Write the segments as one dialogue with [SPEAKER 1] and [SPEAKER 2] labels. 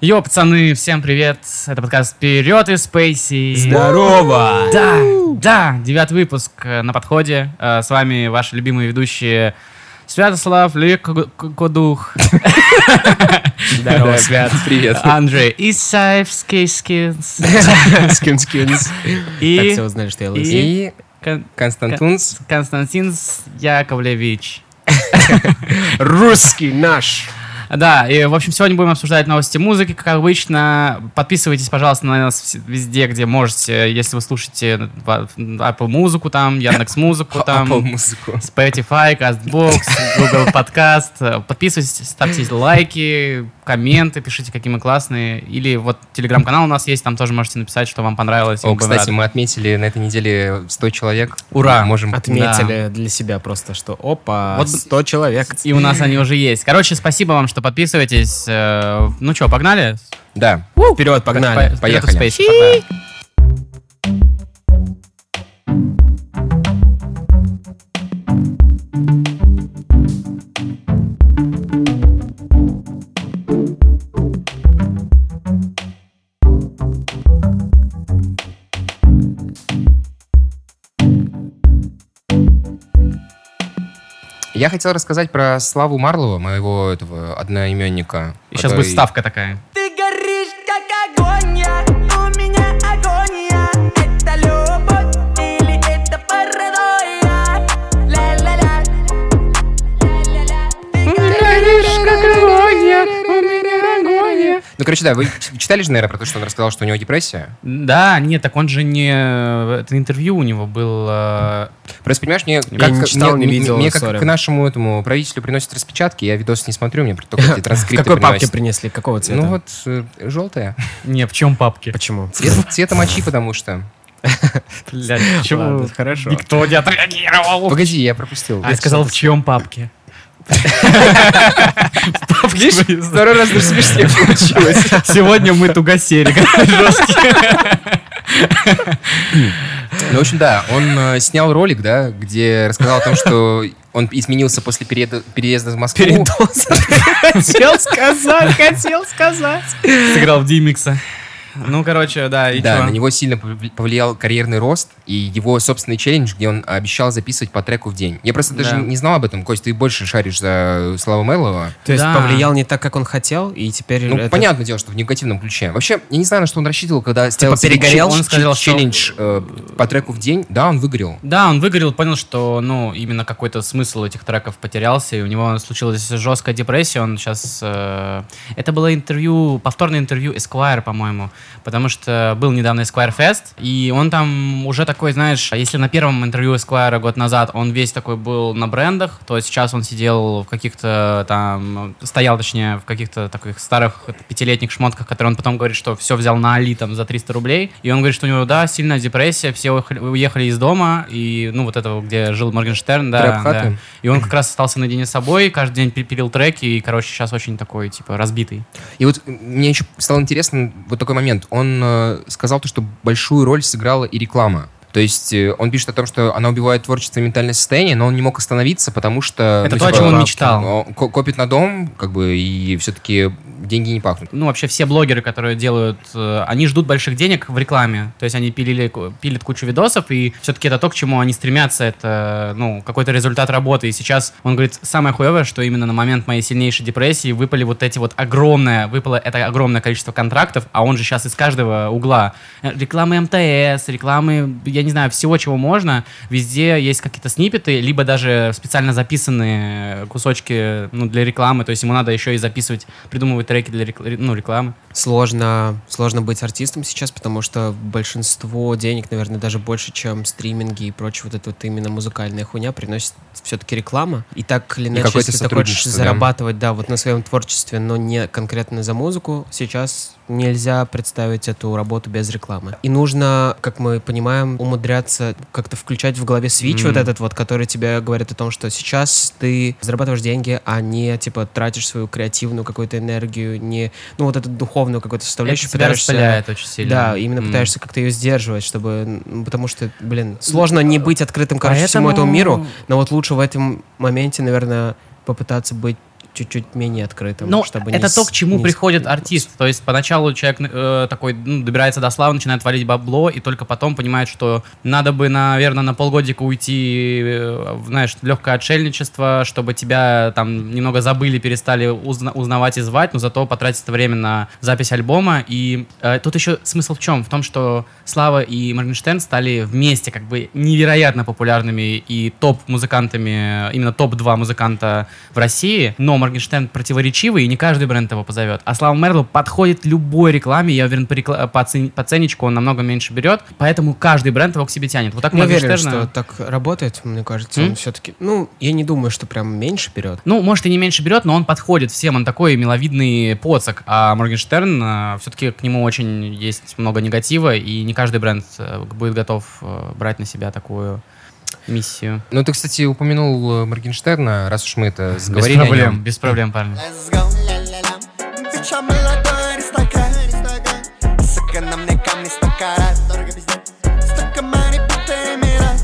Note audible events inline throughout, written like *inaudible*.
[SPEAKER 1] Йо, пацаны, всем привет! Это подкаст «Вперед из Спейси».
[SPEAKER 2] Здорово!
[SPEAKER 1] Да, да, девятый выпуск э, на подходе. Э, С вами ваши любимые ведущие Святослав, Лик Кодух,
[SPEAKER 2] Здорово, Свят. *laughs* Привет.
[SPEAKER 3] А,
[SPEAKER 1] Андрей Исаевский Скинс
[SPEAKER 3] *laughs*
[SPEAKER 2] Скинскинс. *laughs* Так
[SPEAKER 1] и
[SPEAKER 2] все узнали, что я лысый.
[SPEAKER 1] и Кон-
[SPEAKER 2] Константунс.
[SPEAKER 1] Константин Яковлевич.
[SPEAKER 2] Русский наш.
[SPEAKER 1] Да, и, в общем, сегодня будем обсуждать новости музыки, как обычно. Подписывайтесь, пожалуйста, на нас вс- везде, где можете. Если вы слушаете э, в- в- Apple музыку там, Яндекс
[SPEAKER 3] а
[SPEAKER 1] музыку
[SPEAKER 2] *laughs*
[SPEAKER 1] там.
[SPEAKER 2] Apple музыку.
[SPEAKER 1] Spotify, CastBox, Google Podcast. Подписывайтесь, ставьте лайки, комменты, пишите, какие мы классные. Или вот телеграм-канал у нас есть, там тоже можете написать, что вам понравилось. и
[SPEAKER 3] О,
[SPEAKER 1] мы будем
[SPEAKER 3] кстати,
[SPEAKER 1] рады.
[SPEAKER 3] мы отметили на этой неделе 100 человек.
[SPEAKER 1] Ура!
[SPEAKER 3] Можем...
[SPEAKER 2] Отметили для себя просто, что опа,
[SPEAKER 1] Вот-
[SPEAKER 2] 100 человек.
[SPEAKER 1] И у нас они уже есть. Короче, спасибо вам, что подписываетесь. Э, Ну что, погнали?
[SPEAKER 3] Да.
[SPEAKER 2] Вперед, погнали.
[SPEAKER 1] По- вперед в
[SPEAKER 3] поехали.
[SPEAKER 1] Space, погнали.
[SPEAKER 3] Я хотел рассказать про Славу Марлова, моего этого одноименника.
[SPEAKER 1] И сейчас
[SPEAKER 3] который-
[SPEAKER 1] будет ставка такая.
[SPEAKER 4] Ты горишь как огонь, я, у меня агония Это любовь или это паранойя? Ля-ля-ля Ля-ля-ля Ты горишь
[SPEAKER 3] Ну, короче, да, вы ч- читали же, наверное, про то, что он рассказал, что у него депрессия.
[SPEAKER 1] Да, нет, так он же не... э, Это интервью у него э, было...
[SPEAKER 3] Просто, понимаешь, мне, как,
[SPEAKER 2] не читал, не
[SPEAKER 3] мне-
[SPEAKER 2] видел,
[SPEAKER 3] мне как
[SPEAKER 2] сорян.
[SPEAKER 3] к нашему этому правителю приносят распечатки, я видосы не смотрю, мне только
[SPEAKER 2] *laughs*
[SPEAKER 3] эти
[SPEAKER 2] В
[SPEAKER 3] транскрипты
[SPEAKER 2] какой папке
[SPEAKER 3] приносят.
[SPEAKER 2] принесли? Какого цвета?
[SPEAKER 3] Ну вот, *laughs* желтая.
[SPEAKER 1] Не, в чем папки?
[SPEAKER 2] Почему?
[SPEAKER 3] Цвет, цвета мочи, потому что...
[SPEAKER 1] Блядь,
[SPEAKER 2] Ладно,
[SPEAKER 1] почему
[SPEAKER 2] Хорошо.
[SPEAKER 1] никто не отреагировал?
[SPEAKER 3] Погоди, я пропустил.
[SPEAKER 1] Я А сказал, в чьем папке? В папке выезда.
[SPEAKER 3] Второй раз даже смешнее получилось.
[SPEAKER 1] Сегодня мы тугосели. как жёсткие.
[SPEAKER 3] Ну, в общем, да, он э, снял ролик, да, где рассказал о том, что он изменился после перееда- переезда в Москву.
[SPEAKER 2] Хотел сказать, хотел сказать.
[SPEAKER 1] Сыграл в Димикса. Ну, короче, да, и
[SPEAKER 3] Да, на
[SPEAKER 1] чё?
[SPEAKER 3] него сильно пов- повлиял карьерный рост и его собственный челлендж, где он обещал записывать по треку в день. Я просто
[SPEAKER 1] Да.
[SPEAKER 3] даже не знал об этом. Кость, ты больше шаришь за Славу Мерлова.
[SPEAKER 2] То есть
[SPEAKER 1] Да.
[SPEAKER 2] повлиял не так, как он хотел, и теперь...
[SPEAKER 3] Ну,
[SPEAKER 2] это-
[SPEAKER 3] понятное дело, что в негативном ключе. Вообще, я не знаю, на что он рассчитывал, когда ставил себе
[SPEAKER 2] перегорел?
[SPEAKER 3] челлендж-
[SPEAKER 1] Он сказал, что-
[SPEAKER 3] челлендж э, по треку в день. Да, он выгорел.
[SPEAKER 1] Да, он выгорел, понял, что, ну, именно какой-то смысл этих треков потерялся, и у него случилась жесткая депрессия, он сейчас... это было интервью, повторное интервью Esquire, по-моему, потому что был недавно Esquire Fest, и он там уже такой, знаешь, если на первом интервью Esquire год назад он весь такой был на брендах, то сейчас он сидел в каких-то там... Стоял, точнее, в каких-то таких старых пятилетних шмотках, которые он потом говорит, что все взял на Али там за 300 рублей, и он говорит, что у него, да, сильная депрессия, все уехали- уехали из дома, и, ну, вот этого, где жил Моргенштерн, да,
[SPEAKER 3] Трэп-хаты.
[SPEAKER 1] да. И он как раз остался наедине с собой, каждый день пи- пилил треки, и, короче, сейчас очень такой, типа, разбитый.
[SPEAKER 3] И вот мне еще стало интересно вот такой момент. Он э, сказал то, что большую роль сыграла и реклама. То есть э, он пишет о том, что она убивает творчество и ментальное состояние, но он не мог остановиться, потому что...
[SPEAKER 1] Это то, о чем он мечтал.
[SPEAKER 3] он ко- Копит на дом, как бы, и все-таки деньги не пахнут.
[SPEAKER 1] Ну, вообще все блогеры, которые делают, э, они ждут больших денег в рекламе. То есть они пилили, ку- пилят кучу видосов, и все-таки это то, к чему они стремятся. Это, ну, какой-то результат работы. И сейчас, он говорит, самое хуевое, что именно на момент моей сильнейшей депрессии выпали вот эти вот огромное, выпало это огромное количество контрактов, а он же сейчас из каждого угла. Э, Рекламы МТС, рекламы, я не знаю, всего, чего можно. Везде есть какие-то снипеты, либо даже специально записанные э, кусочки ну, для рекламы. То есть ему надо еще и записывать, придумывать треки для рекл- ну, рекламы.
[SPEAKER 2] Сложно, сложно быть артистом сейчас, потому что большинство денег, наверное, даже больше, чем стриминги и прочее, вот эта вот именно музыкальная хуйня приносит все-таки реклама. И так или иначе,
[SPEAKER 3] какое-то
[SPEAKER 2] если ты хочешь
[SPEAKER 3] сотрудничество, да.
[SPEAKER 2] зарабатывать, да, вот на своем творчестве, но не конкретно за музыку, сейчас нельзя представить эту работу без рекламы. И нужно, как мы понимаем, умудряться как-то включать в голове свич
[SPEAKER 1] М.
[SPEAKER 2] вот этот вот, который тебе говорит о том, что сейчас ты зарабатываешь деньги, а не, типа, тратишь свою креативную какую-то энергию, не ну вот эту духовную какую-то составляющую
[SPEAKER 1] Это тебя расставляет очень сильно.
[SPEAKER 2] да, именно
[SPEAKER 1] М. Ну,
[SPEAKER 2] пытаешься как-то ее сдерживать, чтобы, м, потому что, блин, сложно не
[SPEAKER 1] а,
[SPEAKER 2] быть открытым, короче, всему
[SPEAKER 1] Поэтому-
[SPEAKER 2] этому миру, но вот лучше в этом моменте, наверное, попытаться быть чуть-чуть менее открытым,
[SPEAKER 1] Ну,
[SPEAKER 2] чтобы не
[SPEAKER 1] это
[SPEAKER 2] с-
[SPEAKER 1] то, к чему
[SPEAKER 2] не с-
[SPEAKER 1] приходит артист. То есть поначалу человек э, такой ну, добирается до славы, начинает валить бабло, и только потом понимает, что надо бы, наверное, на полгодика уйти, э, в, знаешь, легкое отшельничество, чтобы тебя там немного забыли, перестали узна- узнавать и звать, но зато потратить это время на запись альбома. И э, тут еще смысл в чем? В том, что Слава и Моргенштерн стали вместе как бы невероятно популярными и топ-музыкантами, э, именно топ-2 музыканта в России, но Моргенштерн противоречивый, и не каждый бренд его позовет. А Слава Мерлу подходит любой рекламе, я уверен, по, рекла- по цен- по ценничку он намного меньше берет, поэтому каждый бренд его к себе тянет. Вот так
[SPEAKER 2] Не уверен,
[SPEAKER 1] Моргенштерна...
[SPEAKER 2] что так работает, мне кажется.
[SPEAKER 1] М?
[SPEAKER 2] Он все-таки, ну, я не думаю, что прям меньше берет.
[SPEAKER 1] Ну, может, и не меньше берет, но он подходит всем, он такой миловидный поцак. А Моргенштерн, все-таки к нему очень есть много негатива, и не каждый бренд э, будет готов э, брать на себя такую миссию.
[SPEAKER 3] Ну, ты, кстати, упомянул э, Моргенштерна, раз уж мы это
[SPEAKER 1] Без
[SPEAKER 3] сговорили о
[SPEAKER 1] проблем,
[SPEAKER 3] нем.
[SPEAKER 1] без проблем, парни.
[SPEAKER 5] Let's go, ля-ля-ля Ты чё, молодой аристократ? Сука, на мне камни сто карат Дорого пиздец Столько мари, будто Эмират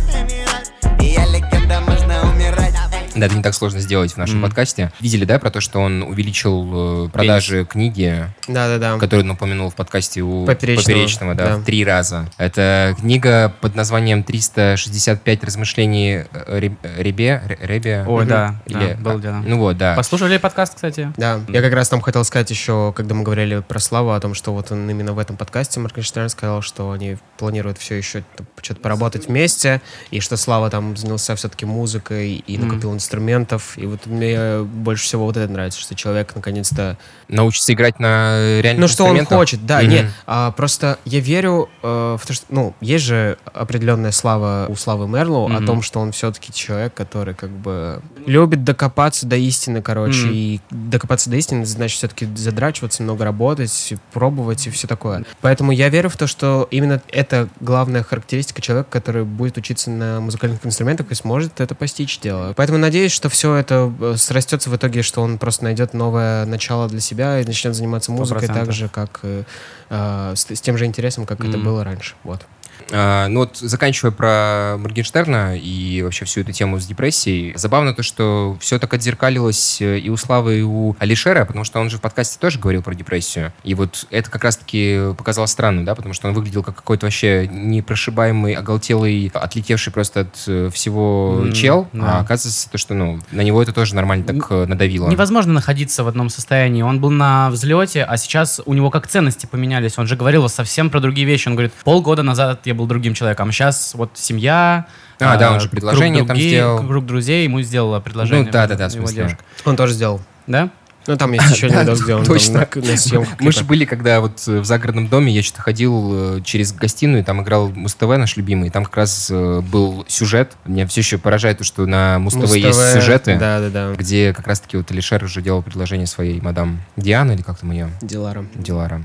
[SPEAKER 5] И Я легенда, можно умирать
[SPEAKER 3] Да, это не так сложно сделать в нашем
[SPEAKER 1] Мгм.
[SPEAKER 3] подкасте. Видели, да, про то, что он увеличил э, продажи книги,
[SPEAKER 2] Да-да-да.
[SPEAKER 3] которую он упомянул в подкасте у
[SPEAKER 2] Поперечного,
[SPEAKER 3] Поперечного, да,
[SPEAKER 2] да.
[SPEAKER 3] в три раза. Это книга под названием «365 размышлений э, Ре- Ребе». Ре- Ребе?
[SPEAKER 1] Ой, да,
[SPEAKER 3] Или-
[SPEAKER 1] да, было
[SPEAKER 3] а,
[SPEAKER 1] дело.
[SPEAKER 3] Ну вот, да.
[SPEAKER 1] Послушали подкаст, кстати?
[SPEAKER 2] Да, я как раз там хотел сказать еще, когда мы говорили про Славу, о том, что вот он именно в этом подкасте Моргенштерн сказал, что они планируют все еще что-то поработать вместе, и что Слава там занялся все-таки музыкой и
[SPEAKER 1] Мгм.
[SPEAKER 2] накопил инструментов, и вот мне больше всего вот это нравится, что человек наконец-то
[SPEAKER 3] Научиться играть на реальных
[SPEAKER 2] Ну, что он
[SPEAKER 3] инструментах.
[SPEAKER 2] хочет, да,
[SPEAKER 3] Мгм.
[SPEAKER 2] нет. а, просто я верю э, в то, что, ну, есть же определенная слава у Славы Мерлоу
[SPEAKER 1] Мгм.
[SPEAKER 2] о том, что он все-таки человек, который как бы любит докопаться до истины, короче,
[SPEAKER 1] Мгм.
[SPEAKER 2] и докопаться до истины, значит, все-таки задрачиваться, много работать, и пробовать и все такое. Поэтому я верю в то, что именно это главная характеристика человека, который будет учиться на музыкальных инструментах и сможет это постичь дело. Поэтому надеюсь, что все это э, срастется в итоге, что он просто найдет новое начало для себя и начнет заниматься музыкой так
[SPEAKER 1] процентов.
[SPEAKER 2] же, как э, э, с, с тем же интересом, как это
[SPEAKER 1] Мгм.
[SPEAKER 2] было раньше. Вот.
[SPEAKER 3] А, Ну вот, заканчивая про Моргенштерна и вообще всю эту тему с депрессией, забавно то, что все так отзеркалилось э, и у Славы, и у Алишера, потому что он же в подкасте тоже говорил про депрессию. И вот это как раз-таки показалось странным, да, потому что он выглядел как какой-то вообще непрошибаемый, оголтелый, отлетевший просто от э, всего
[SPEAKER 1] М,
[SPEAKER 3] чел,
[SPEAKER 1] да.
[SPEAKER 3] а оказывается то, что, ну, на него это тоже нормально так э, надавило.
[SPEAKER 1] Невозможно находиться в одном состоянии. Он был на взлете, а сейчас у него как ценности поменялись. Он же говорил совсем про другие вещи. Он говорит, полгода назад я был другим человеком, а сейчас вот семья.
[SPEAKER 3] А,
[SPEAKER 1] э,
[SPEAKER 3] да, он же
[SPEAKER 1] круг
[SPEAKER 3] предложение там
[SPEAKER 1] друзей-
[SPEAKER 3] сделал.
[SPEAKER 1] Круг друзей ему сделала предложение.
[SPEAKER 3] Ну, да-да-да, в
[SPEAKER 1] его
[SPEAKER 3] смысле.
[SPEAKER 1] девушка.
[SPEAKER 2] Он тоже сделал.
[SPEAKER 1] Да?
[SPEAKER 2] Ну,
[SPEAKER 3] *laughs*
[SPEAKER 2] там есть еще один видос, где он там
[SPEAKER 3] точно.
[SPEAKER 2] на- на съемках
[SPEAKER 3] Мы же
[SPEAKER 2] клипа.
[SPEAKER 3] были, когда вот э, в загородном доме, я что-то ходил э, через гостиную, там играл Муз-ТВ, наш любимый, и там как раз э, был сюжет. Меня все еще поражает то, что на Муз-ТВ есть
[SPEAKER 2] Муз-ТВ,
[SPEAKER 3] сюжеты,
[SPEAKER 2] Да-да-да.
[SPEAKER 3] где как раз-таки вот Алишер уже делал предложение своей мадам Диана, или как там ее,
[SPEAKER 2] Диларом.
[SPEAKER 3] Дилара.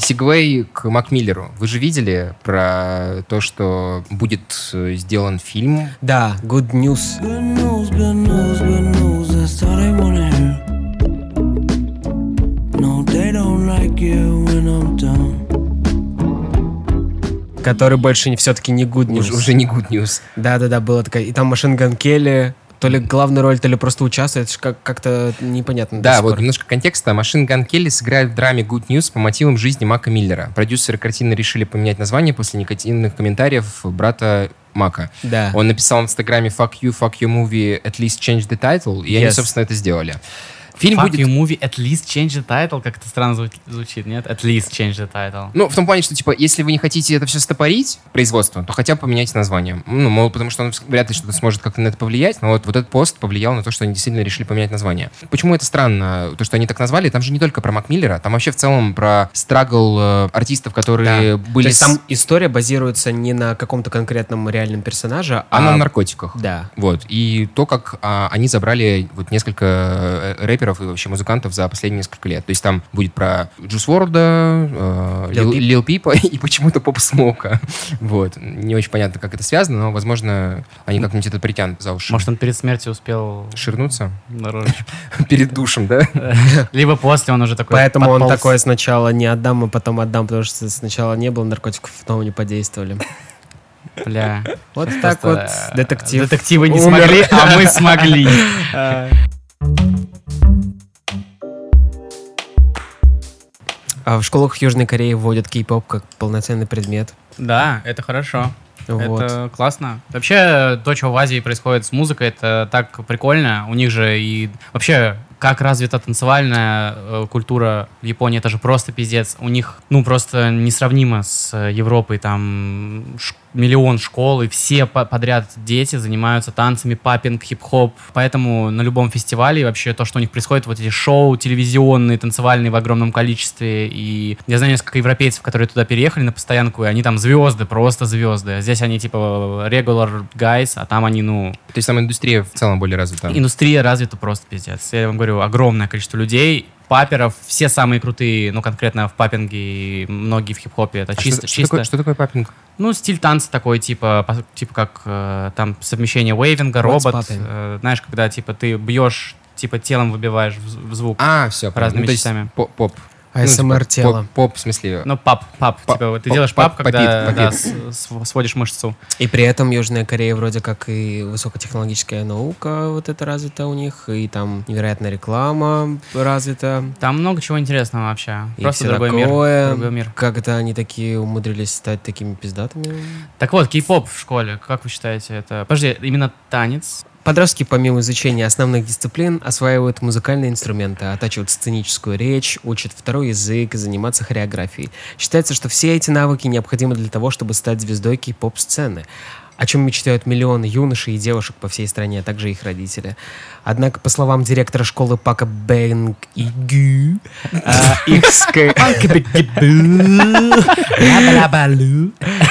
[SPEAKER 3] Сигвей к Макмиллеру. Вы же видели про то, что будет э, сделан фильм
[SPEAKER 2] Да, good news.
[SPEAKER 6] Good news, good news, good news, that's all they wanna hear. No, they don't like you when I'm down.
[SPEAKER 2] Который больше все-таки не good news.
[SPEAKER 3] Уже, уже не Good News.
[SPEAKER 2] Да-да-да, была такая. И там Машин Ган Келли, то ли главную роль, то ли просто участвует, это ж как- как-то непонятно. до
[SPEAKER 3] Да,
[SPEAKER 2] сих
[SPEAKER 3] вот
[SPEAKER 2] пор.
[SPEAKER 3] немножко контекста. Машин Ган Келли сыграет в драме Good News по мотивам жизни Мака Миллера. Продюсеры картины решили поменять название после негативных комментариев брата Мака.
[SPEAKER 2] Да.
[SPEAKER 3] Он написал в Инстаграме «Fuck you, fuck you movie, at least change the title», и они,
[SPEAKER 2] Yes.
[SPEAKER 3] собственно, это сделали. Фильм
[SPEAKER 1] Fuck you
[SPEAKER 3] будет...
[SPEAKER 1] movie, at least change the title. Как это странно зву- звучит, нет? At least change the title.
[SPEAKER 3] Ну, в том плане, что, типа, если вы не хотите это все стопорить, производство, то хотя бы поменяйте название. Ну, мол, потому что он вряд ли что-то сможет как-то на это повлиять, но вот, вот этот пост повлиял на то, что они действительно решили поменять название. Почему это странно, то, что они так назвали? Там же не только про Мак Миллера, там вообще в целом про страгл э, артистов, которые
[SPEAKER 2] То
[SPEAKER 3] были...
[SPEAKER 2] есть
[SPEAKER 3] с-
[SPEAKER 2] там история базируется не на каком-то конкретном реальном персонаже,
[SPEAKER 3] А на
[SPEAKER 2] а...
[SPEAKER 3] наркотиках.
[SPEAKER 2] Да.
[SPEAKER 3] Вот. И то, как а, они забрали вот несколько э, рэперов и вообще музыкантов за последние несколько лет. То есть там будет про Джус Уорда, э,
[SPEAKER 2] Лил
[SPEAKER 3] Лил,
[SPEAKER 2] Пип.
[SPEAKER 3] Лил Пипа *laughs* и почему-то Поп Смока. *laughs* Вот. Не очень понятно, как это связано, но, возможно, они как-нибудь это притянут за уши.
[SPEAKER 1] Может, он перед смертью успел
[SPEAKER 3] ширнуться?
[SPEAKER 1] на рожечку.
[SPEAKER 3] *laughs* Перед
[SPEAKER 1] *laughs*
[SPEAKER 3] душем, да?
[SPEAKER 1] Либо после он уже такой
[SPEAKER 2] Поэтому он
[SPEAKER 1] подполз. *laughs*
[SPEAKER 2] такой сначала не отдам, а потом отдам, потому что сначала не было наркотиков, потом они подействовали.
[SPEAKER 1] Бля.
[SPEAKER 2] Вот
[SPEAKER 1] Сейчас
[SPEAKER 2] так вот
[SPEAKER 1] просто, э,
[SPEAKER 2] детектив.
[SPEAKER 1] Детективы не
[SPEAKER 2] умер.
[SPEAKER 1] смогли, а мы смогли.
[SPEAKER 3] *laughs*
[SPEAKER 2] А в школах Южной Кореи вводят кей-поп как полноценный предмет.
[SPEAKER 1] Да, это хорошо.
[SPEAKER 2] Вот.
[SPEAKER 1] Это классно. Вообще, то, что в Азии происходит с музыкой, это так прикольно. У них же и... Вообще, как развита танцевальная э, культура в Японии, это же просто пиздец. У них, ну, просто несравнимо с э, Европой. Там ш- миллион школ, и все по- подряд дети занимаются танцами, папинг, хип-хоп. Поэтому на любом фестивале вообще то, что у них происходит, вот эти шоу телевизионные, танцевальные в огромном количестве. И я знаю несколько европейцев, которые туда переехали на постоянку, и они там звезды, просто звезды. А Здесь они типа regular guys, а там они, ну,
[SPEAKER 3] То есть там индустрия в целом более развита.
[SPEAKER 1] индустрия развита просто пиздец. Я вам говорю, огромное количество людей, паперов, все самые крутые, ну, конкретно в папинге и многие в хип-хопе. Это
[SPEAKER 3] А
[SPEAKER 1] чисто,
[SPEAKER 3] что, что
[SPEAKER 1] чисто.
[SPEAKER 3] такое, что такое папинг?
[SPEAKER 1] Ну, стиль танца такой, типа, по- типа как э, там совмещение вейвинга,
[SPEAKER 2] Вот с
[SPEAKER 1] робот.
[SPEAKER 2] папой.
[SPEAKER 1] э, знаешь, когда типа ты бьешь, типа телом выбиваешь в, з- в звук.
[SPEAKER 3] А, все,
[SPEAKER 1] Разными
[SPEAKER 3] то есть
[SPEAKER 1] частями.
[SPEAKER 3] по- Поп. Ну, типа,
[SPEAKER 2] АСМР тело.
[SPEAKER 3] Поп, поп, в смысле.
[SPEAKER 1] Ну, пап, пап,
[SPEAKER 3] Пап-
[SPEAKER 1] типа, вот ты
[SPEAKER 3] пап-
[SPEAKER 1] делаешь пап,
[SPEAKER 3] пап-
[SPEAKER 1] когда
[SPEAKER 3] попит,
[SPEAKER 1] да,
[SPEAKER 3] попит.
[SPEAKER 1] с- с- сводишь мышцу.
[SPEAKER 2] И при этом Южная Корея вроде как и высокотехнологическая наука вот это развита у них, и там невероятная реклама развита.
[SPEAKER 1] Там много чего интересного вообще.
[SPEAKER 2] И
[SPEAKER 1] Просто
[SPEAKER 2] всё
[SPEAKER 1] другой мир.
[SPEAKER 2] такое.
[SPEAKER 1] Другой мир.
[SPEAKER 2] Как это они такие умудрились стать такими пиздатыми?
[SPEAKER 1] Так вот, кей-поп в школе, как вы считаете, это... Подожди, именно танец?
[SPEAKER 2] Подростки, помимо изучения основных дисциплин, осваивают музыкальные инструменты, оттачивают сценическую речь, учат второй язык и заниматься хореографией. Считается, что все эти навыки необходимы для того, чтобы стать звездой кей-поп-сцены, о чем мечтают миллионы юношей и девушек по всей стране, а также их родители. Однако, по словам директора школы Пака Бэнг Игю, а, их ска-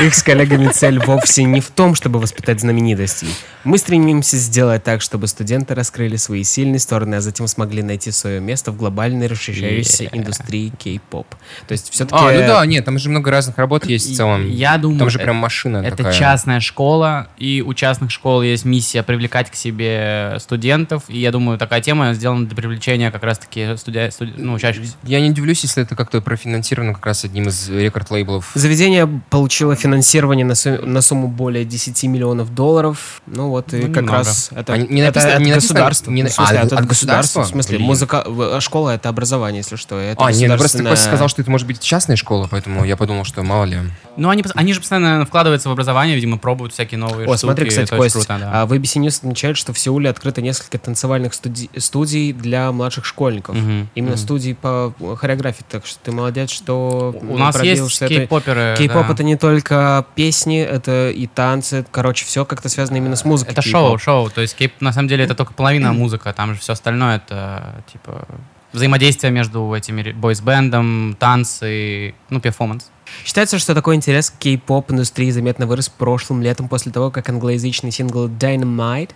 [SPEAKER 2] Их с коллегами цель вовсе не в том, чтобы воспитать знаменитостей. Мы стремимся сделать так, чтобы студенты раскрыли свои сильные стороны, а затем смогли найти свое место в глобальной расширяющейся индустрии кей-поп. То есть все-таки...
[SPEAKER 3] А, ну да, нет, там же много разных работ есть в целом.
[SPEAKER 1] э, Я думаю,
[SPEAKER 3] Там же
[SPEAKER 1] э-
[SPEAKER 3] прям машина
[SPEAKER 1] Это
[SPEAKER 3] такая.
[SPEAKER 1] частная школа, и у частных школ есть миссия привлекать к себе студентов. И я думаю, такая тема сделана для привлечения как раз-таки студя... студ- ну, учащихся.
[SPEAKER 3] Я не удивлюсь, если это как-то профинансировано как раз одним из рекорд-лейблов.
[SPEAKER 2] Заведение получило финансирование на, су- на сумму более 10 миллионов долларов. Ну вот, и
[SPEAKER 1] Ну,
[SPEAKER 2] как
[SPEAKER 1] немного.
[SPEAKER 2] раз это,
[SPEAKER 3] А не- не
[SPEAKER 2] это
[SPEAKER 3] написано-
[SPEAKER 2] от
[SPEAKER 3] не написано-
[SPEAKER 2] государства.
[SPEAKER 3] не
[SPEAKER 2] Ну,
[SPEAKER 3] на-
[SPEAKER 2] в смысле,
[SPEAKER 3] а,
[SPEAKER 2] от,
[SPEAKER 3] от
[SPEAKER 2] государства?
[SPEAKER 3] государства?
[SPEAKER 2] В смысле,
[SPEAKER 3] Блин.
[SPEAKER 2] музыка... в- школа — это образование, если что. Это
[SPEAKER 3] А, нет, просто ты просто
[SPEAKER 2] государственное-
[SPEAKER 3] сказал, что это может быть частная школа, поэтому я подумал, что мало ли.
[SPEAKER 1] Ну, они, пос- они же постоянно вкладываются в образование, видимо, пробуют всякие новые штуки.
[SPEAKER 2] О, смотри, кстати,
[SPEAKER 1] это очень
[SPEAKER 2] Кость,
[SPEAKER 1] круто, да.
[SPEAKER 2] а, в ABC News отмечают, что в Сеуле открыто несколько танцевальных студи- студий для младших школьников.
[SPEAKER 1] Мгм,
[SPEAKER 2] Именно
[SPEAKER 1] мгм.
[SPEAKER 2] студий по хореографии. Так что ты молодец, что
[SPEAKER 1] У у нас есть
[SPEAKER 2] пробился этой-
[SPEAKER 1] кей-поперы.
[SPEAKER 2] Кей-поп
[SPEAKER 1] да.
[SPEAKER 2] это не только песни, это и танцы, короче, все как-то связано именно с музыкой.
[SPEAKER 1] Это шоу,
[SPEAKER 2] кей-поп.
[SPEAKER 1] шоу. То есть кейп, на самом деле, это только половина музыка. Там же все остальное это, типа, взаимодействие между этими ре- бойсбендом, танцы, ну, перформанс.
[SPEAKER 2] Считается, что такой интерес к кей-поп индустрии заметно вырос прошлым летом после того, как англоязычный сингл Dynamite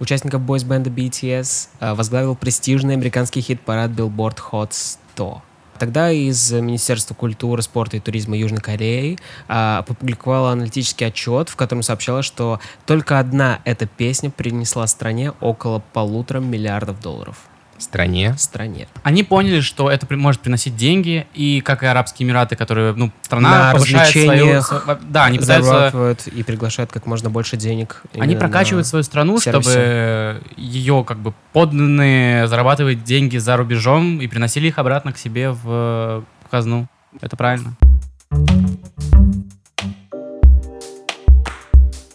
[SPEAKER 2] участников бойсбенда BTS э, возглавил престижный американский хит-парад Billboard Hot 100. Тогда из Министерства культуры, спорта и туризма Южной Кореи а, опубликовала аналитический отчет, в котором сообщалось, что только одна эта песня принесла стране около полутора миллиардов долларов.
[SPEAKER 3] Стране.
[SPEAKER 2] Стране.
[SPEAKER 1] Они поняли, что это при- может приносить деньги, и как и Арабские Эмираты, которые, ну, страна
[SPEAKER 2] На
[SPEAKER 1] повышает свою...
[SPEAKER 2] развлечениях
[SPEAKER 1] сво- Да, они пытаются
[SPEAKER 2] Зарабатывают и приглашают как можно больше денег.
[SPEAKER 1] Они
[SPEAKER 2] именно на-
[SPEAKER 1] прокачивают свою страну,
[SPEAKER 2] сервисе.
[SPEAKER 1] чтобы ее как бы подданные зарабатывать деньги за рубежом и приносили их обратно к себе в э, казну. Это правильно.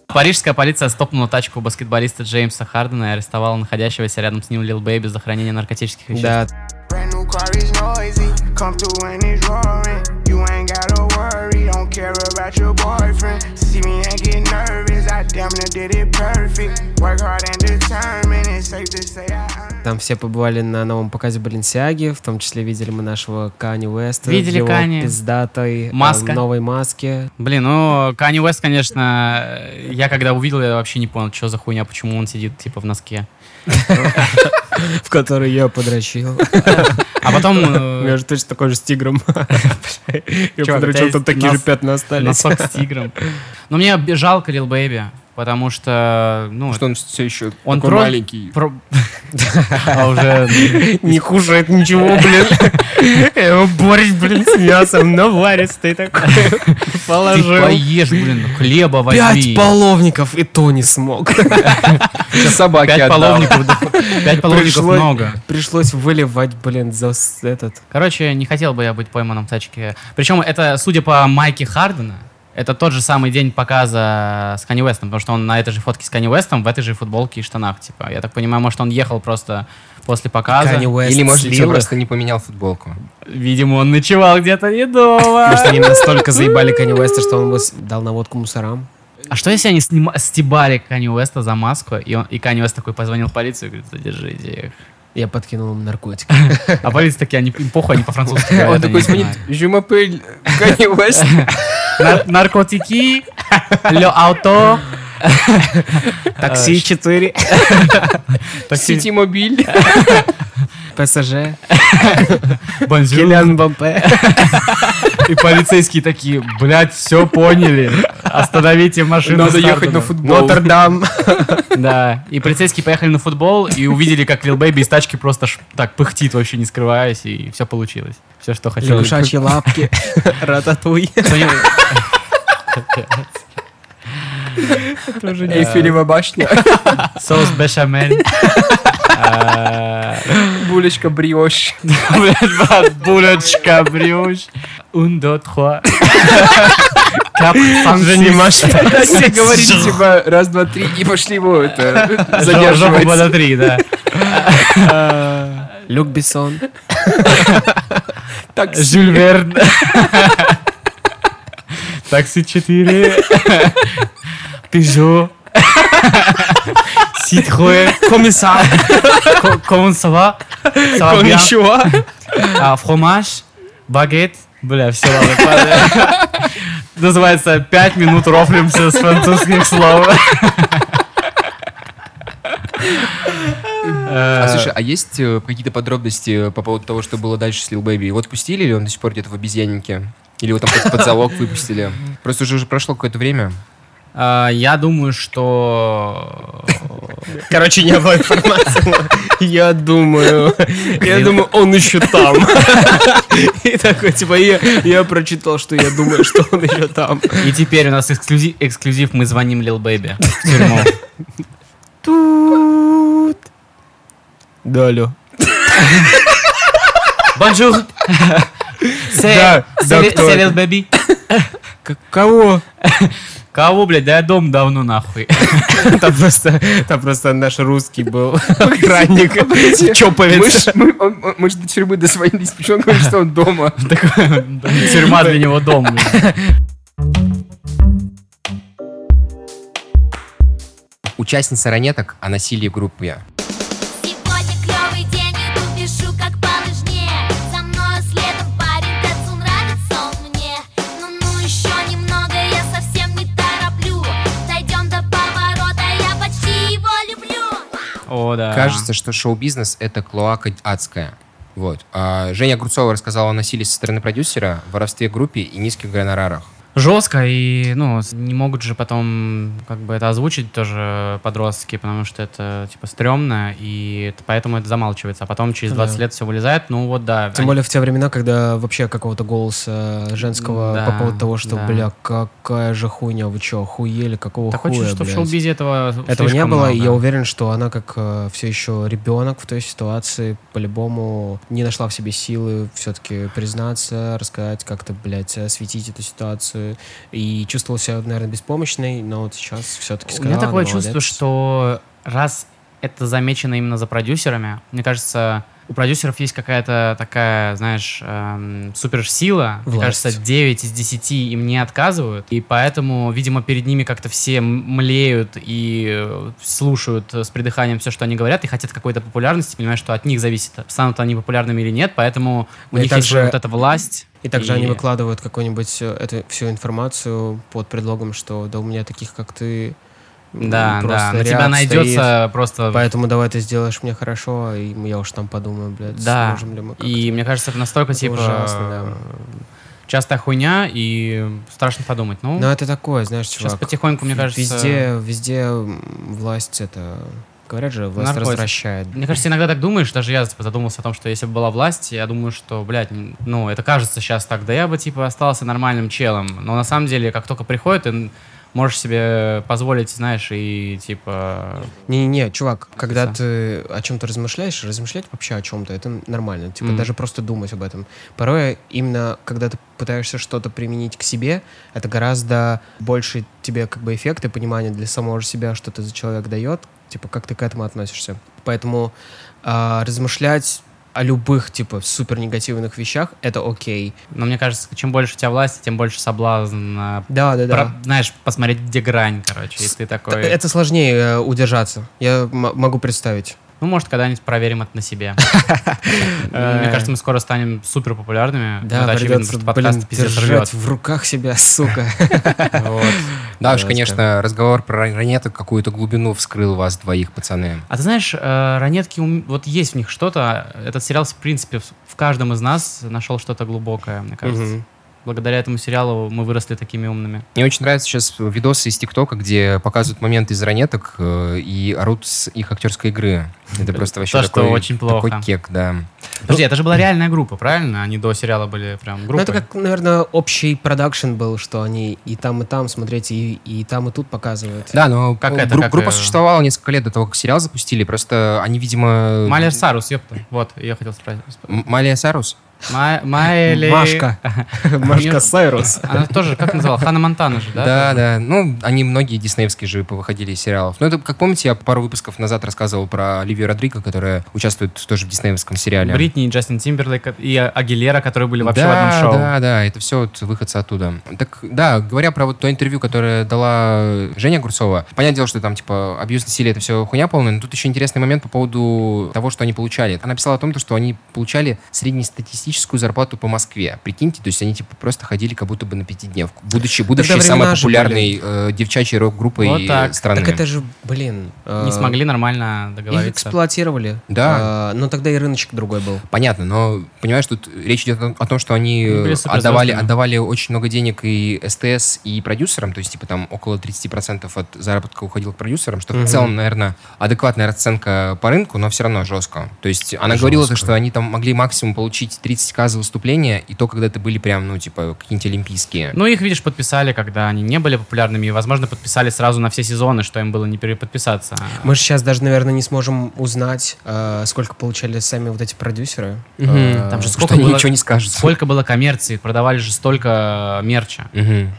[SPEAKER 1] Парижская полиция стопнула тачку баскетболиста Джеймса Хардена и арестовала находящегося рядом с ним Лил Бэйби за хранение наркотических веществ.
[SPEAKER 2] Да,
[SPEAKER 7] Brand new car is noisy. Come through and it's roaring. You ain't gotta worry. Don't care about your boyfriend. See me and get nervous. I damn near did it perfect. Work hard and determined. It's safe to say I earned. it.
[SPEAKER 2] Там все побывали на новом показе Баленсиаги, в том числе видели мы нашего Кани Уэста. в
[SPEAKER 1] Видели
[SPEAKER 2] его
[SPEAKER 1] Кани.
[SPEAKER 2] пиздатой э,
[SPEAKER 1] Маска.
[SPEAKER 2] новой маске.
[SPEAKER 1] Блин, ну, Канни Уэст, конечно, э, я когда увидел, я вообще не понял, что за хуйня, почему он сидит, типа, в носке.
[SPEAKER 2] В которой я подрочил.
[SPEAKER 1] А потом...
[SPEAKER 2] У
[SPEAKER 1] э,
[SPEAKER 3] *laughs*
[SPEAKER 2] меня же точно такой же с тигром.
[SPEAKER 1] Чё,
[SPEAKER 2] Я
[SPEAKER 1] у тебя
[SPEAKER 2] подрочил,
[SPEAKER 1] есть
[SPEAKER 2] там такие же
[SPEAKER 1] нос-
[SPEAKER 2] пятна остались.
[SPEAKER 1] Носок с тигром. Но мне б- жалко Лил Бэйби. потому что, ну,
[SPEAKER 3] Что он все еще
[SPEAKER 1] он
[SPEAKER 3] такой
[SPEAKER 1] про-
[SPEAKER 3] маленький. *laughs*
[SPEAKER 1] про- А уже
[SPEAKER 2] *laughs* Не кушает ничего, блин. Его борщ, блин, с мясом наваристый такой.
[SPEAKER 1] ты
[SPEAKER 2] *laughs* Положил.
[SPEAKER 1] поешь, ну, типа, блин, хлеба возьми.
[SPEAKER 2] Пять половников, и то не смог.
[SPEAKER 3] Сейчас собаки
[SPEAKER 1] Пять
[SPEAKER 3] отдал.
[SPEAKER 1] половников, да. Пять половников
[SPEAKER 2] Пришлось-
[SPEAKER 1] много.
[SPEAKER 2] Пришлось выливать, блин, за с- этот...
[SPEAKER 1] Короче, не хотел бы я быть пойманным в тачке. Причем это, судя по Майке Хардена, это тот же самый день показа с Канни Уэстом, потому что он на этой же фотке с Канни Уэстом в этой же футболке и штанах. Типа, я так понимаю, может, он ехал просто после показа.
[SPEAKER 2] Kanye West
[SPEAKER 3] Или, может быть,
[SPEAKER 2] слил
[SPEAKER 3] он
[SPEAKER 2] их.
[SPEAKER 3] просто не поменял футболку.
[SPEAKER 1] Видимо, он ночевал где-то не дома. *laughs*
[SPEAKER 2] Может, они настолько заебали Канни Уэста, что он бы с- дал наводку мусорам.
[SPEAKER 1] А что если они снима- стебали Канни Уэста за маску, и, он, и Канни Уэст такой позвонил в полицию и говорит, задержите
[SPEAKER 2] Я подкинул им наркотик.
[SPEAKER 1] их. А полиция такие, они, им похуй, они по-французски говорят,
[SPEAKER 3] Он
[SPEAKER 1] они
[SPEAKER 3] такой
[SPEAKER 1] не
[SPEAKER 3] звонит,
[SPEAKER 1] понимают.
[SPEAKER 3] «Je m'appelle Kanye
[SPEAKER 2] *laughs*
[SPEAKER 3] West».
[SPEAKER 1] Нар- Наркотики, ле ауто,
[SPEAKER 2] Такси 4.
[SPEAKER 1] Э, такси,
[SPEAKER 2] *laughs*
[SPEAKER 3] Ситимобиль. *laughs*
[SPEAKER 2] ПСЖ.
[SPEAKER 1] бонжур.
[SPEAKER 2] Киллиан Бомпе.
[SPEAKER 1] И полицейские такие, блядь, все поняли. Остановите машину.
[SPEAKER 3] Надо ехать
[SPEAKER 1] Стардена».
[SPEAKER 3] на футбол. *laughs*
[SPEAKER 2] Нотр-Дам.
[SPEAKER 1] Да. И полицейские поехали на футбол и увидели, как Лил Бэйби из тачки просто ш- так пыхтит, вообще не скрываясь, и все получилось. Все, что хотел.
[SPEAKER 3] *laughs*
[SPEAKER 2] Лягушачьи лапки. Рататуй. *laughs*
[SPEAKER 3] Эйфелева башня. *laughs*
[SPEAKER 1] Соус бешамель. А,
[SPEAKER 3] Булечка
[SPEAKER 2] *laughs*
[SPEAKER 3] бриош.
[SPEAKER 1] Блядь, брат, булочка, брюш. Un, deux,
[SPEAKER 3] *laughs*
[SPEAKER 1] trois. Кап, сан,
[SPEAKER 3] Все говорит, типа, раз, два, три, и пошли его это,
[SPEAKER 1] Жопу
[SPEAKER 3] задерживать.
[SPEAKER 1] года три, да.
[SPEAKER 2] Люк Бессон.
[SPEAKER 3] *laughs*
[SPEAKER 1] *laughs*
[SPEAKER 3] Так,
[SPEAKER 1] Жюль Верн. Такси 4. Пежо. Ситхуэ.
[SPEAKER 2] Комиссар.
[SPEAKER 1] Консова.
[SPEAKER 2] Конничего.
[SPEAKER 1] А, Фромаж. Багет. Бля, все, ладно, падает. Называется «Пять минут рофлимся с французских слов».
[SPEAKER 3] А, слушай, а есть э, какие-то подробности э, по поводу того, что было дальше с Лил Бэби? Его отпустили или он до сих пор где-то в обезьяннике? Или его там как-то под залог выпустили? Просто уже, уже прошло какое-то время.
[SPEAKER 1] А, Я думаю, что...
[SPEAKER 2] Короче, не было информации. Я думаю. Я думаю, он еще там. И такой, типа, я, я прочитал, что я думаю, что он еще там.
[SPEAKER 1] И теперь у нас эксклюзив, эксклюзив мы звоним Лил Бэби в тюрьму.
[SPEAKER 2] Тут. Да, алло.
[SPEAKER 1] Бонжур! *laughs*
[SPEAKER 2] Да, да, кто это?
[SPEAKER 1] Лил Бэби.
[SPEAKER 2] К- Кого?
[SPEAKER 1] Кого, блядь, да я дом давно нахуй.
[SPEAKER 2] Там просто, там просто наш русский *laughs* был охранник.
[SPEAKER 3] Мы
[SPEAKER 2] Чоповец.
[SPEAKER 3] ж- Мы он- он- мы ж до тюрьмы дозвонились, почему он говорит, что он *laughs* дома?
[SPEAKER 1] Такой, Тюрьма для него дом. блядь.
[SPEAKER 3] Участница ранеток о насилии в группе.
[SPEAKER 8] Сегодня клевый день, иду пишу как по лыжне За мной следом парень, Тэцу нравится он мне Ну-ну, еще немного, я совсем не тороплю Дойдем до поворота, я почти его люблю
[SPEAKER 1] О, да.
[SPEAKER 3] Кажется, что шоу-бизнес — это клоака адская. Вот. А Женя Огурцова рассказала о насилии со стороны продюсера, воровстве в группе и низких гонорарах.
[SPEAKER 1] жестко и, ну, с- не могут же потом как бы это озвучить тоже подростки, потому что это, типа, стрёмно, и это- поэтому это замалчивается. А потом через 20
[SPEAKER 2] Да.
[SPEAKER 1] лет все вылезает, ну вот да.
[SPEAKER 2] Тем
[SPEAKER 1] они-
[SPEAKER 2] более в те времена, когда вообще какого-то голоса э, женского
[SPEAKER 1] Да,
[SPEAKER 2] по поводу того, что,
[SPEAKER 1] да.
[SPEAKER 2] бля, какая же хуйня, вы чё, охуели, какого
[SPEAKER 1] Да
[SPEAKER 2] хуя,
[SPEAKER 1] хочешь, что в
[SPEAKER 2] блядь?
[SPEAKER 1] шоу-бизе этого
[SPEAKER 2] Этого не
[SPEAKER 1] слишком
[SPEAKER 2] было, и
[SPEAKER 1] много.
[SPEAKER 2] я уверен, что она, как э, все еще ребенок в той ситуации, по-любому не нашла в себе силы все-таки признаться, рассказать, как-то, блядь, осветить эту ситуацию. И чувствовала себя, наверное, беспомощной, но вот сейчас все-таки
[SPEAKER 1] У
[SPEAKER 2] сказала.
[SPEAKER 1] меня такое
[SPEAKER 2] она
[SPEAKER 1] чувство,
[SPEAKER 2] молодец.
[SPEAKER 1] что раз это замечено именно за продюсерами, мне кажется, у продюсеров есть какая-то такая, знаешь, эм, суперсила. Мне
[SPEAKER 2] Власть.
[SPEAKER 1] кажется, 9 из 10 им не отказывают. И поэтому, видимо, перед ними как-то все м- млеют и э, слушают э, с придыханием все, что они говорят, и хотят какой-то популярности, понимаешь, что от них зависит, станут они популярными или нет, поэтому у
[SPEAKER 2] И
[SPEAKER 1] них есть
[SPEAKER 2] также-
[SPEAKER 1] вот эта власть.
[SPEAKER 2] И также они выкладывают какую-нибудь э, эту всю информацию под предлогом, что да у меня таких, как ты, м,
[SPEAKER 1] Да, да,
[SPEAKER 2] просто
[SPEAKER 1] на тебя
[SPEAKER 2] ряд стоит,
[SPEAKER 1] найдется просто
[SPEAKER 2] Поэтому давай ты сделаешь мне хорошо, и я уж там подумаю, блядь,
[SPEAKER 1] Да.
[SPEAKER 2] сможем ли мы как-то.
[SPEAKER 1] И мне кажется, это настолько,
[SPEAKER 2] Это
[SPEAKER 1] типа,
[SPEAKER 2] ужасно, да.
[SPEAKER 1] э, частая хуйня, и страшно подумать. Ну,
[SPEAKER 2] Но это такое, знаешь,
[SPEAKER 1] сейчас
[SPEAKER 2] чувак.
[SPEAKER 1] потихоньку, мне кажется...
[SPEAKER 2] Везде, везде м, власть это... Говорят же, власть
[SPEAKER 1] Наркотик.
[SPEAKER 2] развращает.
[SPEAKER 1] Мне кажется, иногда так думаешь, даже я типа, задумался о том, что если бы была власть, я думаю, что, блядь, н- ну, это кажется сейчас так, да я бы, типа, остался нормальным челом. Но на самом деле, как только приходит, ты н- можешь себе позволить, знаешь, и, типа,
[SPEAKER 2] Не-не-не, чувак, когда
[SPEAKER 1] Да.
[SPEAKER 2] ты о чем-то размышляешь, размышлять вообще о чем-то, это нормально. Типа
[SPEAKER 1] Мгм.
[SPEAKER 2] даже просто думать об этом. Порой именно когда ты пытаешься что-то применить к себе, это гораздо больше тебе как бы эффект и понимание для самого же себя, что ты за человек дает, типа как ты к этому относишься. Поэтому а, размышлять о любых типа супер негативных вещах это окей.
[SPEAKER 1] но мне кажется, чем больше у тебя власти, тем больше соблазн. а,
[SPEAKER 2] Да, да, да.
[SPEAKER 1] про- знаешь, посмотреть, где грань, короче, и
[SPEAKER 2] С-
[SPEAKER 1] ты
[SPEAKER 2] Т-
[SPEAKER 1] такой...
[SPEAKER 2] Это сложнее э, удержаться. Я м- могу представить.
[SPEAKER 1] Ну, может, когда-нибудь проверим это на
[SPEAKER 2] *laughs*
[SPEAKER 1] себе. Э, Мне кажется, мы скоро станем супер популярными. Это очевидно, потому
[SPEAKER 2] придется,
[SPEAKER 1] что подкаст
[SPEAKER 2] Э. блин,
[SPEAKER 1] пиздец рвет.
[SPEAKER 2] держать в руках себя, *laughs* сука.
[SPEAKER 1] Вот.
[SPEAKER 3] Да уж,
[SPEAKER 2] Жестко.
[SPEAKER 3] конечно, разговор про ранеток какую-то глубину вскрыл вас двоих, пацаны.
[SPEAKER 1] А ты знаешь, э, ранетки, ум- вот есть в них что-то. Этот сериал, в принципе, в в каждом из нас нашел что-то глубокое, мне кажется.
[SPEAKER 2] Мгм. Ну,
[SPEAKER 1] Благодаря этому сериалу мы выросли такими умными.
[SPEAKER 3] Мне очень нравятся сейчас видосы из ТикТока, где показывают моменты из ранеток э, и орут с их актерской игры. Это просто вообще
[SPEAKER 1] Э, то, что
[SPEAKER 3] такой,
[SPEAKER 1] очень плохо. Э,
[SPEAKER 3] такой кек, да.
[SPEAKER 1] Подожди, это же была реальная группа, правильно? Они до сериала были прям
[SPEAKER 2] Ну, это
[SPEAKER 1] группой.
[SPEAKER 2] как, наверное, общий продакшн был, что они и там, и там, смотрите, и, и там, и тут показывают.
[SPEAKER 3] Да, но
[SPEAKER 1] Как
[SPEAKER 3] как
[SPEAKER 1] это, как,
[SPEAKER 3] группа
[SPEAKER 1] э,
[SPEAKER 3] существовала несколько лет до того, как сериал запустили. Просто они, видимо...
[SPEAKER 1] Майя Сарус, ёпта. Вот, я хотел спросить.
[SPEAKER 3] М- Малия Сарус?
[SPEAKER 2] *laughs*
[SPEAKER 1] Ма- Майли...
[SPEAKER 2] Машка. Машка
[SPEAKER 1] Мне-
[SPEAKER 2] Сайрус.
[SPEAKER 1] *laughs* Она тоже, как называла? Ханна Монтана же, да?
[SPEAKER 3] Да, да. Ну, они многие диснеевские же повыходили из сериалов. Ну, это, как помните, я пару выпусков назад рассказывал про Оливию Родриго, которая участвует тоже в диснеевском сериале.
[SPEAKER 1] Бритни и Джастин Тимберлейк и Агилера, которые были вообще
[SPEAKER 3] да,
[SPEAKER 1] в одном шоу.
[SPEAKER 3] Да, да, это все вот выходцы оттуда. Так, да, говоря про вот то интервью, которое дала Женя Гурцова, понятное дело, что там, типа, абьюз, насилие, это все хуйня полная, но тут еще интересный момент по поводу того, что они получали. Она писала о том, то, что они получали среднестатистическую зарплату по Москве. Прикиньте, то есть они, типа, просто ходили как будто бы на пятидневку, будучи, будучи
[SPEAKER 2] времена
[SPEAKER 3] самой
[SPEAKER 2] же
[SPEAKER 3] популярной э, девчачьей рок-группой
[SPEAKER 1] Вот так.
[SPEAKER 3] страны.
[SPEAKER 2] Так это же, блин. э,
[SPEAKER 1] Не смогли нормально
[SPEAKER 2] Их
[SPEAKER 1] договориться.
[SPEAKER 2] эксплуатировали.
[SPEAKER 3] Да.
[SPEAKER 2] Э, Но тогда и рыночек другой был.
[SPEAKER 3] Понятно, но понимаешь, тут речь идет о, о том, что они
[SPEAKER 1] Ну, были
[SPEAKER 3] э, отдавали,
[SPEAKER 1] суперзвездами.
[SPEAKER 3] отдавали очень много денег и СТС, и продюсерам, то есть, типа, там около 30% от заработка уходило к продюсерам, что в целом, наверное, адекватная расценка по рынку, но все равно жестко. То есть она говорила, то, что они там могли максимум получить 30к за выступление, и то, когда это были прям, ну, типа, какие-нибудь олимпийские.
[SPEAKER 1] Ну, их, видишь, подписали, когда они не были популярными, и, возможно, подписали сразу на все сезоны, что им было не переподписаться.
[SPEAKER 2] Мы же сейчас даже, наверное, не сможем узнать, э, сколько получали сами вот эти продюсеры. Э,
[SPEAKER 1] Там же
[SPEAKER 3] Что
[SPEAKER 1] сколько
[SPEAKER 3] они
[SPEAKER 1] было,
[SPEAKER 3] ничего не скажут.
[SPEAKER 1] сколько было коммерции, продавали же столько мерча.
[SPEAKER 3] Мгм.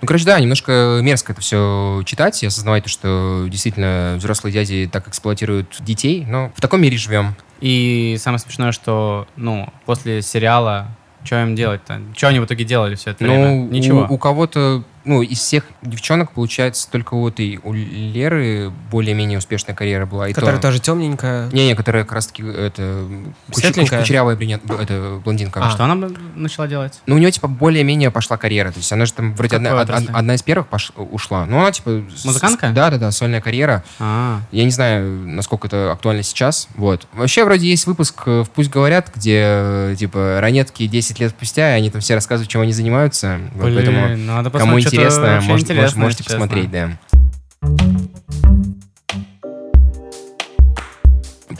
[SPEAKER 3] Ну, короче, да, немножко мерзко это все читать и осознавать то, что действительно взрослые дяди так эксплуатируют детей, но в таком мире живем.
[SPEAKER 1] И самое смешное, что, ну, после сериала, что им делать-то? Что они в итоге делали все это
[SPEAKER 3] Ну,
[SPEAKER 1] время? Ничего.
[SPEAKER 3] У, у кого-то, ну, из всех девчонок, получается, только вот и у Леры более-менее успешная карьера была. И
[SPEAKER 2] Которая
[SPEAKER 3] то...
[SPEAKER 2] тоже темненькая.
[SPEAKER 3] Не-не, которая как раз-таки это, куч-
[SPEAKER 2] Светленькая?
[SPEAKER 3] куч- кучерявая брюнет, б- это, блондинка.
[SPEAKER 1] А что она б- начала делать?
[SPEAKER 3] Ну, у нее, типа, более-менее пошла карьера. То есть она же там вроде
[SPEAKER 1] Какой
[SPEAKER 3] одна, од-
[SPEAKER 1] отрасли?
[SPEAKER 3] одна из первых пош- ушла. Ну, она, типа... с-
[SPEAKER 1] Музыкантка?
[SPEAKER 3] Да-да-да, сольная карьера.
[SPEAKER 1] А,
[SPEAKER 3] Я не знаю, насколько это актуально сейчас. Вот. Вообще, вроде есть выпуск э, в «Пусть говорят», где, э, типа, ранетки 10 лет спустя, и они там все рассказывают, чем они занимаются. Вот,
[SPEAKER 1] блин,
[SPEAKER 3] поэтому,
[SPEAKER 1] надо
[SPEAKER 3] кому
[SPEAKER 1] посмотреть, что-то
[SPEAKER 3] интересно,
[SPEAKER 1] вообще
[SPEAKER 3] может- может-
[SPEAKER 1] интересное,
[SPEAKER 3] можете
[SPEAKER 1] если честно.
[SPEAKER 3] посмотреть, да.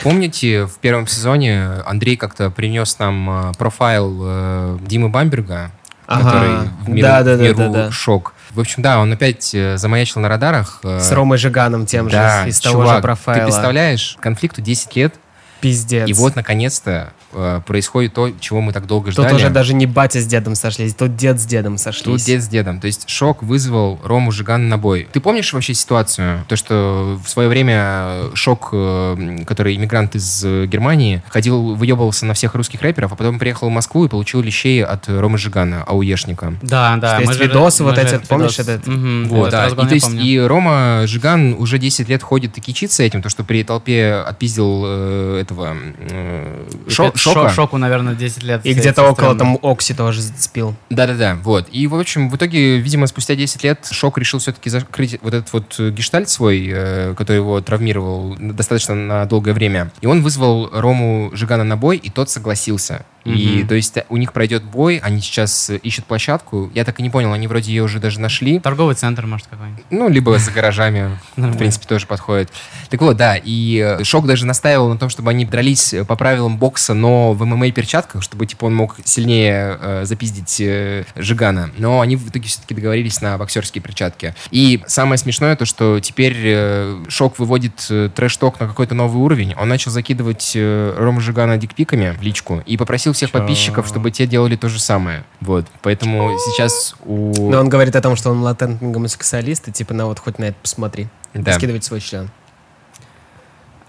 [SPEAKER 3] Помните, в первом сезоне Андрей как-то принес нам э, профайл э, Димы Бамберга,
[SPEAKER 2] Ага.
[SPEAKER 3] который в миру,
[SPEAKER 2] Да-да-да-да-да.
[SPEAKER 3] в миру шок. В общем, да, он опять э, замаячил на радарах. э,
[SPEAKER 2] С Ромой Жиганом тем
[SPEAKER 3] да,
[SPEAKER 2] же, из того
[SPEAKER 3] чувак,
[SPEAKER 2] же профайла.
[SPEAKER 3] Ты представляешь, конфликту 10 лет,
[SPEAKER 2] Пиздец.
[SPEAKER 3] и вот наконец-то э, происходит то, чего мы так долго
[SPEAKER 2] Тут
[SPEAKER 3] ждали.
[SPEAKER 2] уже даже не батя с дедом сошлись, тут дед с дедом
[SPEAKER 3] Тут
[SPEAKER 2] сошлись.
[SPEAKER 3] дед с дедом. То есть шок вызвал Рому Жиган на бой. Ты помнишь вообще ситуацию? То, что в свое время шок, э, который иммигрант из э, Германии, ходил, выебывался на всех русских рэперов, а потом приехал в Москву и получил лещей от Ромы Жигана, ауешника.
[SPEAKER 1] Да, да.
[SPEAKER 2] Что
[SPEAKER 1] мы
[SPEAKER 2] есть
[SPEAKER 1] же-
[SPEAKER 2] видосы
[SPEAKER 1] мы
[SPEAKER 2] вот
[SPEAKER 1] же
[SPEAKER 2] эти,
[SPEAKER 1] этот
[SPEAKER 2] помнишь
[SPEAKER 1] видос-
[SPEAKER 2] этот?
[SPEAKER 1] Мгм,
[SPEAKER 3] Вот,
[SPEAKER 1] этот
[SPEAKER 3] да.
[SPEAKER 1] разгон
[SPEAKER 3] И, то
[SPEAKER 1] я
[SPEAKER 3] есть,
[SPEAKER 1] помню.
[SPEAKER 3] и Рома Жиган уже 10 лет ходит и кичится этим, то, что при толпе отпиздил э, этого э, шо-
[SPEAKER 1] Опять
[SPEAKER 3] шока.
[SPEAKER 1] шо- Шоку, наверное, 10 лет.
[SPEAKER 2] И
[SPEAKER 1] все
[SPEAKER 2] где-то
[SPEAKER 1] эти
[SPEAKER 2] около
[SPEAKER 1] страны.
[SPEAKER 2] там Окси тоже спил.
[SPEAKER 3] Да-да-да, вот. И, в общем, в итоге, видимо, спустя 10 лет Шок решил все-таки закрыть вот этот вот э, гештальт свой, э, который его травмировал достаточно на долгое время. И он вызвал Рому Жигана на бой, и тот согласился. И то есть э, у них пройдет бой, они сейчас э, ищут площадку. Я так и не понял, они вроде ее уже даже нашли.
[SPEAKER 1] Торговый центр, может, какой-нибудь.
[SPEAKER 3] Ну, либо за гаражами, в принципе, тоже подходит. Так вот, да, и э, Шок даже настаивал на том, чтобы они дрались э, по правилам бокса, но в ММА-перчатках, чтобы, типа, он мог сильнее э, запиздить э, Жигана. Но они в итоге все-таки договорились на боксерские перчатки. И самое смешное то, что теперь э, Шок выводит э, трэш-ток на какой-то новый уровень. Он начал закидывать э, Рома Жигана дикпиками в личку и попросил всех подписчиков, чтобы те делали то же самое. Вот, поэтому сейчас у...
[SPEAKER 2] Но он говорит о том, что он латентный гомосексуалист, и типа, на вот хоть на это посмотри.
[SPEAKER 3] Да.
[SPEAKER 2] Скидывать свой член.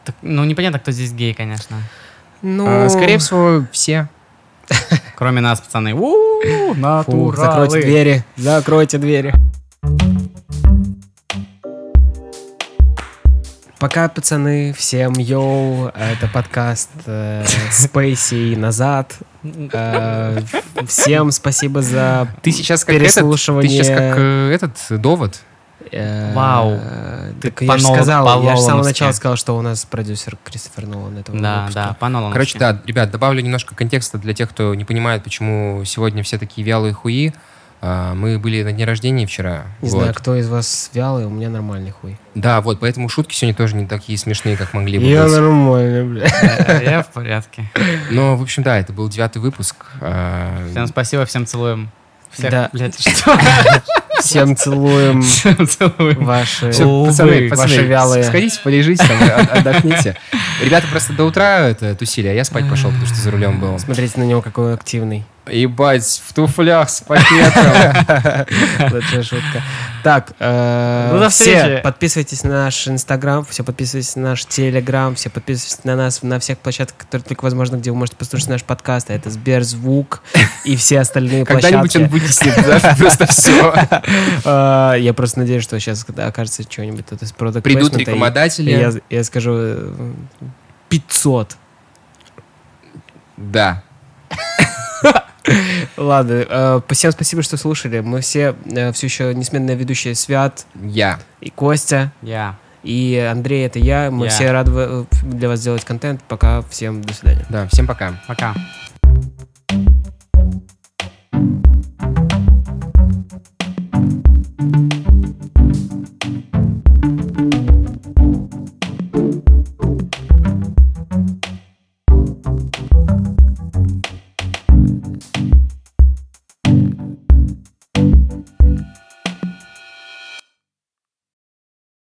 [SPEAKER 1] Так, ну, непонятно, кто здесь гей, конечно.
[SPEAKER 2] Ну,
[SPEAKER 3] А, Скорее всего, все.
[SPEAKER 1] Кроме нас, пацаны. У-у-у,
[SPEAKER 2] Фу,
[SPEAKER 1] натуралы.
[SPEAKER 2] закройте двери, закройте двери. Пока, пацаны, всем йоу, это подкаст э,
[SPEAKER 3] *laughs*
[SPEAKER 2] Спейси и назад. Э, всем спасибо за...
[SPEAKER 3] Ты сейчас как этот,
[SPEAKER 2] Переслушивание.
[SPEAKER 3] ты сейчас как э, этот довод.
[SPEAKER 2] э,
[SPEAKER 1] Вау.
[SPEAKER 2] э,
[SPEAKER 1] Ты
[SPEAKER 2] так я же
[SPEAKER 1] по-нолан-
[SPEAKER 2] сказал, я же с самого
[SPEAKER 1] по-нолановски.
[SPEAKER 2] начала сказал, что у нас продюсер Кристофер Нолан этого
[SPEAKER 1] Да,
[SPEAKER 2] выпуска.
[SPEAKER 1] да, по Нолановски.
[SPEAKER 3] Короче, да, ребят, добавлю немножко контекста для тех, кто не понимает, почему сегодня все такие вялые хуи. А, Мы были на дне рождения вчера.
[SPEAKER 2] Не
[SPEAKER 3] вот.
[SPEAKER 2] знаю, кто из вас вялый, у меня нормальный хуй.
[SPEAKER 3] Да, вот, поэтому шутки сегодня тоже не такие смешные, как могли бы
[SPEAKER 2] Я
[SPEAKER 3] быть.
[SPEAKER 2] нормальный, бля.
[SPEAKER 1] Да, *laughs* Я в порядке.
[SPEAKER 3] Но, в общем, да, это был девятый выпуск. А,
[SPEAKER 1] Всем спасибо, всем целуем. Всех,
[SPEAKER 2] Да.
[SPEAKER 1] блядь, что?
[SPEAKER 2] *laughs* Всем
[SPEAKER 3] *laughs*
[SPEAKER 1] *laughs*
[SPEAKER 2] целуем
[SPEAKER 1] Всем целуем.
[SPEAKER 2] ваши...
[SPEAKER 3] всё,
[SPEAKER 1] Увы,
[SPEAKER 3] пацаны,
[SPEAKER 2] ваши
[SPEAKER 3] пацаны,
[SPEAKER 2] вялые.
[SPEAKER 3] сходите, полежите, там, от- отдохните. Ребята просто до утра это тусили, а я спать пошел, потому что за рулем был.
[SPEAKER 2] Смотрите на него, какой он активный.
[SPEAKER 3] Ебать, в туфлях с пакетом.
[SPEAKER 2] Лучшая шутка. Так, э,
[SPEAKER 1] Ну, до
[SPEAKER 2] все
[SPEAKER 1] встречи.
[SPEAKER 2] подписывайтесь на наш Инстаграм, все подписывайтесь на наш Телеграм, все подписывайтесь на нас на всех площадках, которые только возможно, где вы можете послушать наш подкаст. А это Сберзвук и все
[SPEAKER 3] *laughs*
[SPEAKER 2] остальные
[SPEAKER 3] Когда-нибудь он
[SPEAKER 2] площадки.
[SPEAKER 3] вытеснит да, *laughs* просто все.
[SPEAKER 2] Э, Я просто надеюсь, что сейчас окажется что-нибудь тут из продукта.
[SPEAKER 3] Придут рекламодатели.
[SPEAKER 2] Я я скажу э, 500.
[SPEAKER 3] Да.
[SPEAKER 2] Ладно, э, всем спасибо, что слушали. Мы все э, все еще несменные ведущие Свят
[SPEAKER 3] Я.
[SPEAKER 2] и Костя.
[SPEAKER 1] Я.
[SPEAKER 2] И Андрей, это я. Мы
[SPEAKER 1] Я.
[SPEAKER 2] все рады э, для вас сделать контент. Пока. Всем до свидания.
[SPEAKER 3] Да, всем пока.
[SPEAKER 1] Пока.